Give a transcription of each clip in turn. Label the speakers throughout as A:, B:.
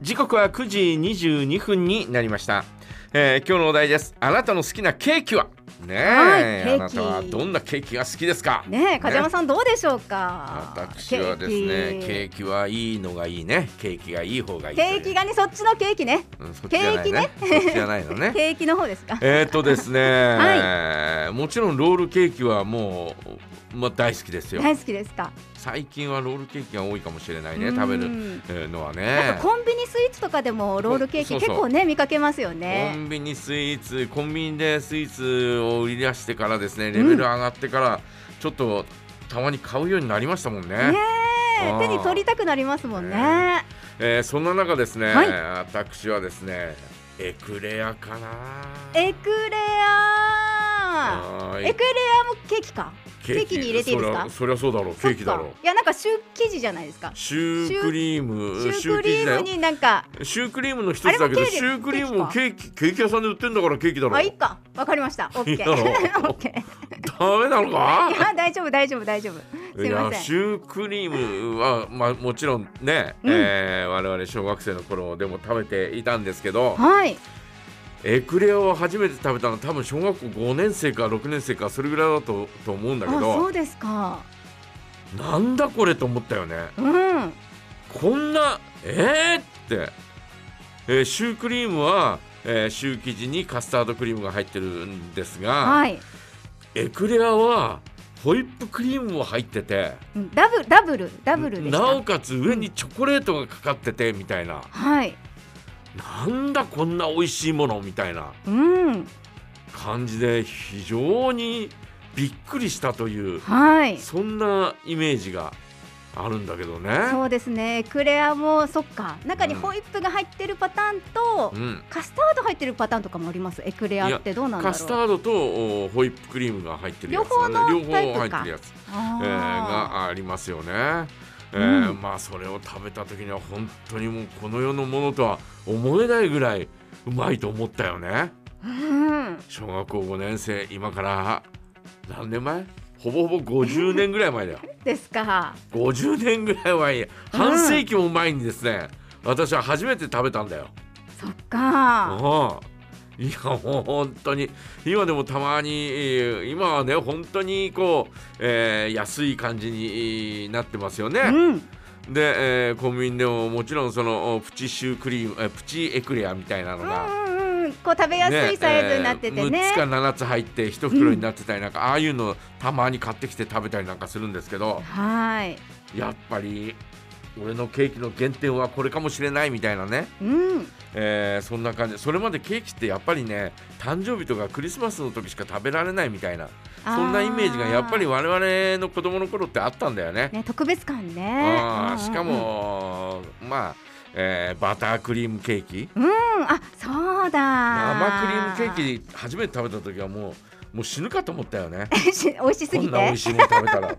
A: 時刻は9時22分になりました、えー今日のお題ですあなたの好きなケーキはねえ、
B: はい
A: あなたはどんなケーキが好きですか
B: ねえ梶山
A: ん
B: さんどうでしょうか
A: 私はですねケーキはいいのがいいねケーキがいい方がいいと
B: ケ
A: いう
B: ーキがねそっちのケーキね
A: うんそっちじゃないねそっちじゃないの ね
B: ケーキの方ですか
A: えーっとですね、もちろんロールケーキはもう、まあ、大好きですよ
B: 大好きですか
A: 最近はロールケーキが多いかもしれないね
B: うん
A: 食べるえーのは
B: なん
A: ね
B: かコンビニスイーツとかでもロールケーキ
A: そうそう
B: 結
A: そう
B: 構ね見かけますよ
A: コ
B: ね
A: ンビニスイーツコンビニでスイーツを売り出してからですねレベル上がってからちょっとたまに買うようになりましたもんね
B: ね
A: あー
B: え手に取りたくなりますもんね
A: ねえーそんな中ですね、
B: はい
A: 私はですねエクレアかな
B: エクレア
A: はーい
B: エクレアもケーキかケーキに入れていいですか
A: そりゃそりゃそうだろうケーキだろ
B: そうっかいやなんかシュー生地じゃないですか
A: シュークリーム
B: シュークリーム
A: シュー生地だよ
B: になんか
A: シュークリームの一つだけ
B: あれ
A: ど
B: もケーキ
A: シュークリームをケーキケーキ屋さんで売ってんだからケーキだろ
B: あいいかわかりましたオッケ
A: いや
B: ーオッケー
A: ダメなのか
B: いや大丈夫大丈夫大丈夫すいま
A: や
B: せ
A: シ
B: ん
A: ュークリームは、まあ、もちろんね、
B: うん
A: えー我々小学生の頃でも食べていたんですけど
B: はい
A: エクレアを初めて食べたのは多分小学校5年生か6年生かそれぐらいだとと思うんだけ
B: あそ
A: ど
B: うですか
A: なんだこれと思ったよね
B: うん
A: こんなえー、って、えーシュークリームは、えーシュー生地にカスタードクリームが入ってるんですが、
B: はい
A: エクレアはホイップクリームも入ってて
B: うんダブルダブルダブルでし
A: なお
B: た
A: かつ上にチョコレートがかかっててみたいな。
B: はい
A: なんだこんな美味しいものみたいな
B: うん
A: 感じで非常にびっくりしたという
B: はい
A: そんなイメージがあるんだけどね。
B: そうですねエクレアもそっか中に
A: うん
B: ホイップが入ってるパターンと、
A: うん、
B: カスタード入ってるパターンとかもありますエクレアってどうなんだ
A: カスタ
B: ろう
A: ードとおホイップクリームが入ってるやつ
B: 両方のタイ
A: 両
B: プか
A: 方入ってるやつ、えー
B: あ
A: がありますよね。えー
B: うん
A: まあそれを食べた時には本当にもうこの世のものとは思えないぐらいうまいと思ったよね。
B: ーうん
A: 小学校5年生今から何年前ほぼほぼ50年ぐらい前だよ。
B: ですか
A: 50年ぐらい前半世紀も前にですね、私は初めて食べたんだよ。
B: そっか
A: うんいやもう本当に今でもたまにえー今はね本当にこう、えー安い感じにえーなってますよ
B: う
A: ね。
B: ん
A: で、えーコンビニでももちろんそのおプチシュークリームえープチエクレアみたいなのが。
B: うんうんこう食べやすいサイズになっててね
A: えー6つか7つ入って1袋になってたりなんか、ああいうのたまに買ってきて食べたりなんかするんですけど
B: はい
A: やっぱり俺のケーキの原点はこれかもしれないみたいなね、
B: うん
A: えーそんな感じそれまでケーキってやっぱりね誕生日とかクリスマスの時しか食べられないみたいなそんなイメージがやっぱり
B: あー
A: 我々の子供の頃ってあったんだよね。
B: ね特別感ねうんうんう
A: あ
B: ん
A: ーしかも、まあ、えーバタークリームケーキ
B: うんあそうだ
A: 生クリームケーキ初めて食べた時はもうもう死ぬかと思ったよね。
B: ーキ 美味しす
A: こ
B: ぎ
A: んな美
B: て
A: 味しいもの食べ たら。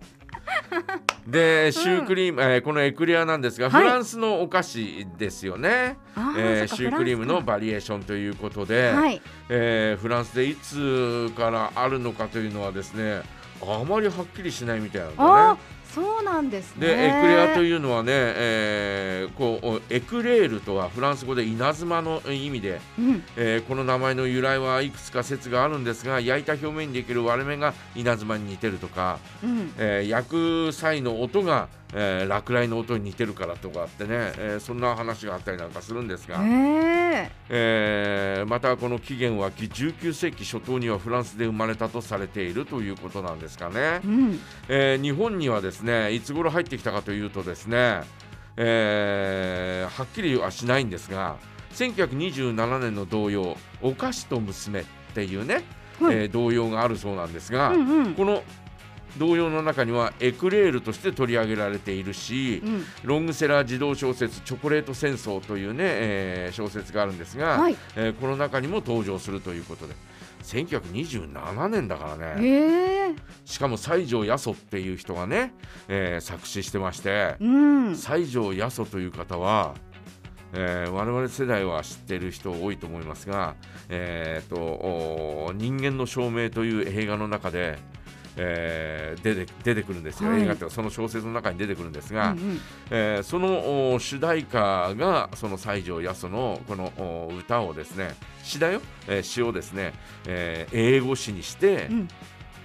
A: でシュークリーム、えーこのエクレアなんですが、
B: はい
A: フランスのお菓子ですよね、
B: あ
A: えー
B: そっか
A: シュークリームの
B: フ
A: バリエーションということで、
B: ランスかはい
A: えーフランスでいつからあるのかというのはですねあまりはっきりしないみたいなんだ
B: あ
A: ね。
B: ーそうなんですね
A: でエクレアというのはね、えーこうおエクレールとはフランス語で稲妻の意味で、
B: うん
A: えーこの名前の由来はいくつか説があるんですが焼いた表面にできる割れ目が稲妻に似てるとか、
B: うん
A: えー焼く際の音が、えー落雷の音に似てるからとかあってね、えーそんな話があったりなんかするんですが、
B: え
A: えーまたこの起源は19世紀初頭にはフランスで生まれたとされているということなんですかね
B: え、うん
A: えー日本にはですねいつ頃入ってきたかというとですね、えーはっきりはしないんですが1927年の童謡「お菓子と娘」っていうね、
B: はい
A: えー童謡があるそうなんですが、
B: うんうん
A: この童謡の中にはエクレールとして取り上げられているし、
B: うん
A: ロングセラー児童小説「チョコレート戦争」というね、えー小説があるんですが、
B: はい
A: えーこの中にも登場するということで1927年だからね
B: ええ
A: しかも西条八十っていう人がね、えー作詞してまして
B: うん
A: 西条八十という方は、えー我々世代は知ってる人多いと思いますが「えーとおー人間の証明」という映画の中でえー出て出てくるんですよ、
B: はい
A: 映画っていうかその小説の中に出てくるんです
B: うん
A: が、えーそのお主題歌がその西条八十のこのお歌をですね詩だよ、えー詩をですね、えー英語詩にして、
B: うん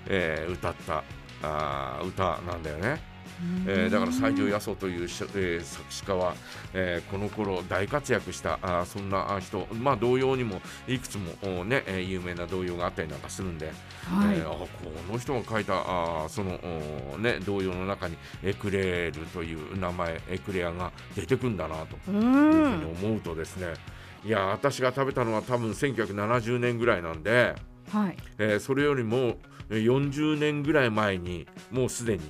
A: えー歌ったあー歌なんだよね。
B: うん
A: えーだから西条八十というし、えー作詞家は、えーこの頃大活躍したあーそんなあー人、まあ、童謡にもいくつもおーね、えー有名な童謡があったりなんかするんで、
B: はい
A: えーあーこの人が書いたあーその、おーね、童謡の中にエクレールという名前エクレアが出てくんだなと
B: う
A: いうんふうに思うとですね、いやー私が食べたのは多分1970年ぐらいなんで、
B: はい
A: えーそれよりもえー40年ぐらい前にもうすでに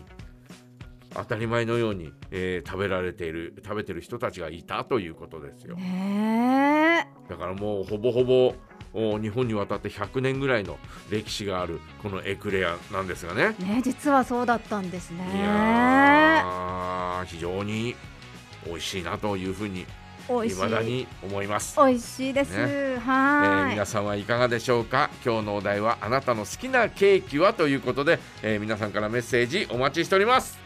A: 当たり前のように、えー食べられている食べてる人たちがいたということですよ
B: ね
A: だからもうほぼほぼお日本にわたって100年ぐらいの歴史があるこのエクレアなんですがね
B: えねえ実はそうだったんですね
A: いやー非常に美味しいなというふうに
B: 美味しい
A: 未だに思います
B: 美味しいです、
A: え
B: は
A: ー
B: ーい、
A: 皆さんはいかがでしょうか今日のお題はあなたの好きなケーキはということで、えー皆さんからメッセージお待ちしております